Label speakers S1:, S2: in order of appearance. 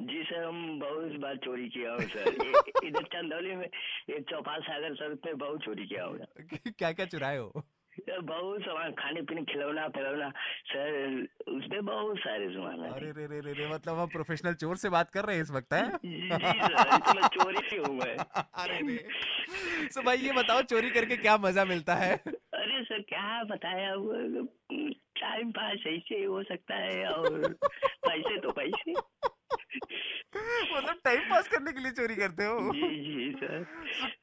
S1: जी sir हम बहुत बार चोरी किया हूँ सर इ- इधर चंदौली में एक चौपाल सागर सड़क पे बहुत चोरी किया होगा
S2: क्या क्या चुराए हो
S1: सर, बहुत सामान खाने पीने खिलौना फिलौना सर उसमें बहुत सारे सामान है
S2: अरे रे रे रे रे मतलब हम प्रोफेशनल चोर से बात कर रहे हैं इस वक्त है
S1: जी सर इसमें चोरी भी हूँ मैं
S2: अरे रे सो तो भाई ये बताओ चोरी करके क्या मजा मिलता है
S1: अरे सर क्या बताया वो हम्म, टाइम पास ऐसे ही हो सकता है और पैसे तो पैसे
S2: मतलब टाइम पास करने के लिए चोरी करते हो
S1: जी जी सर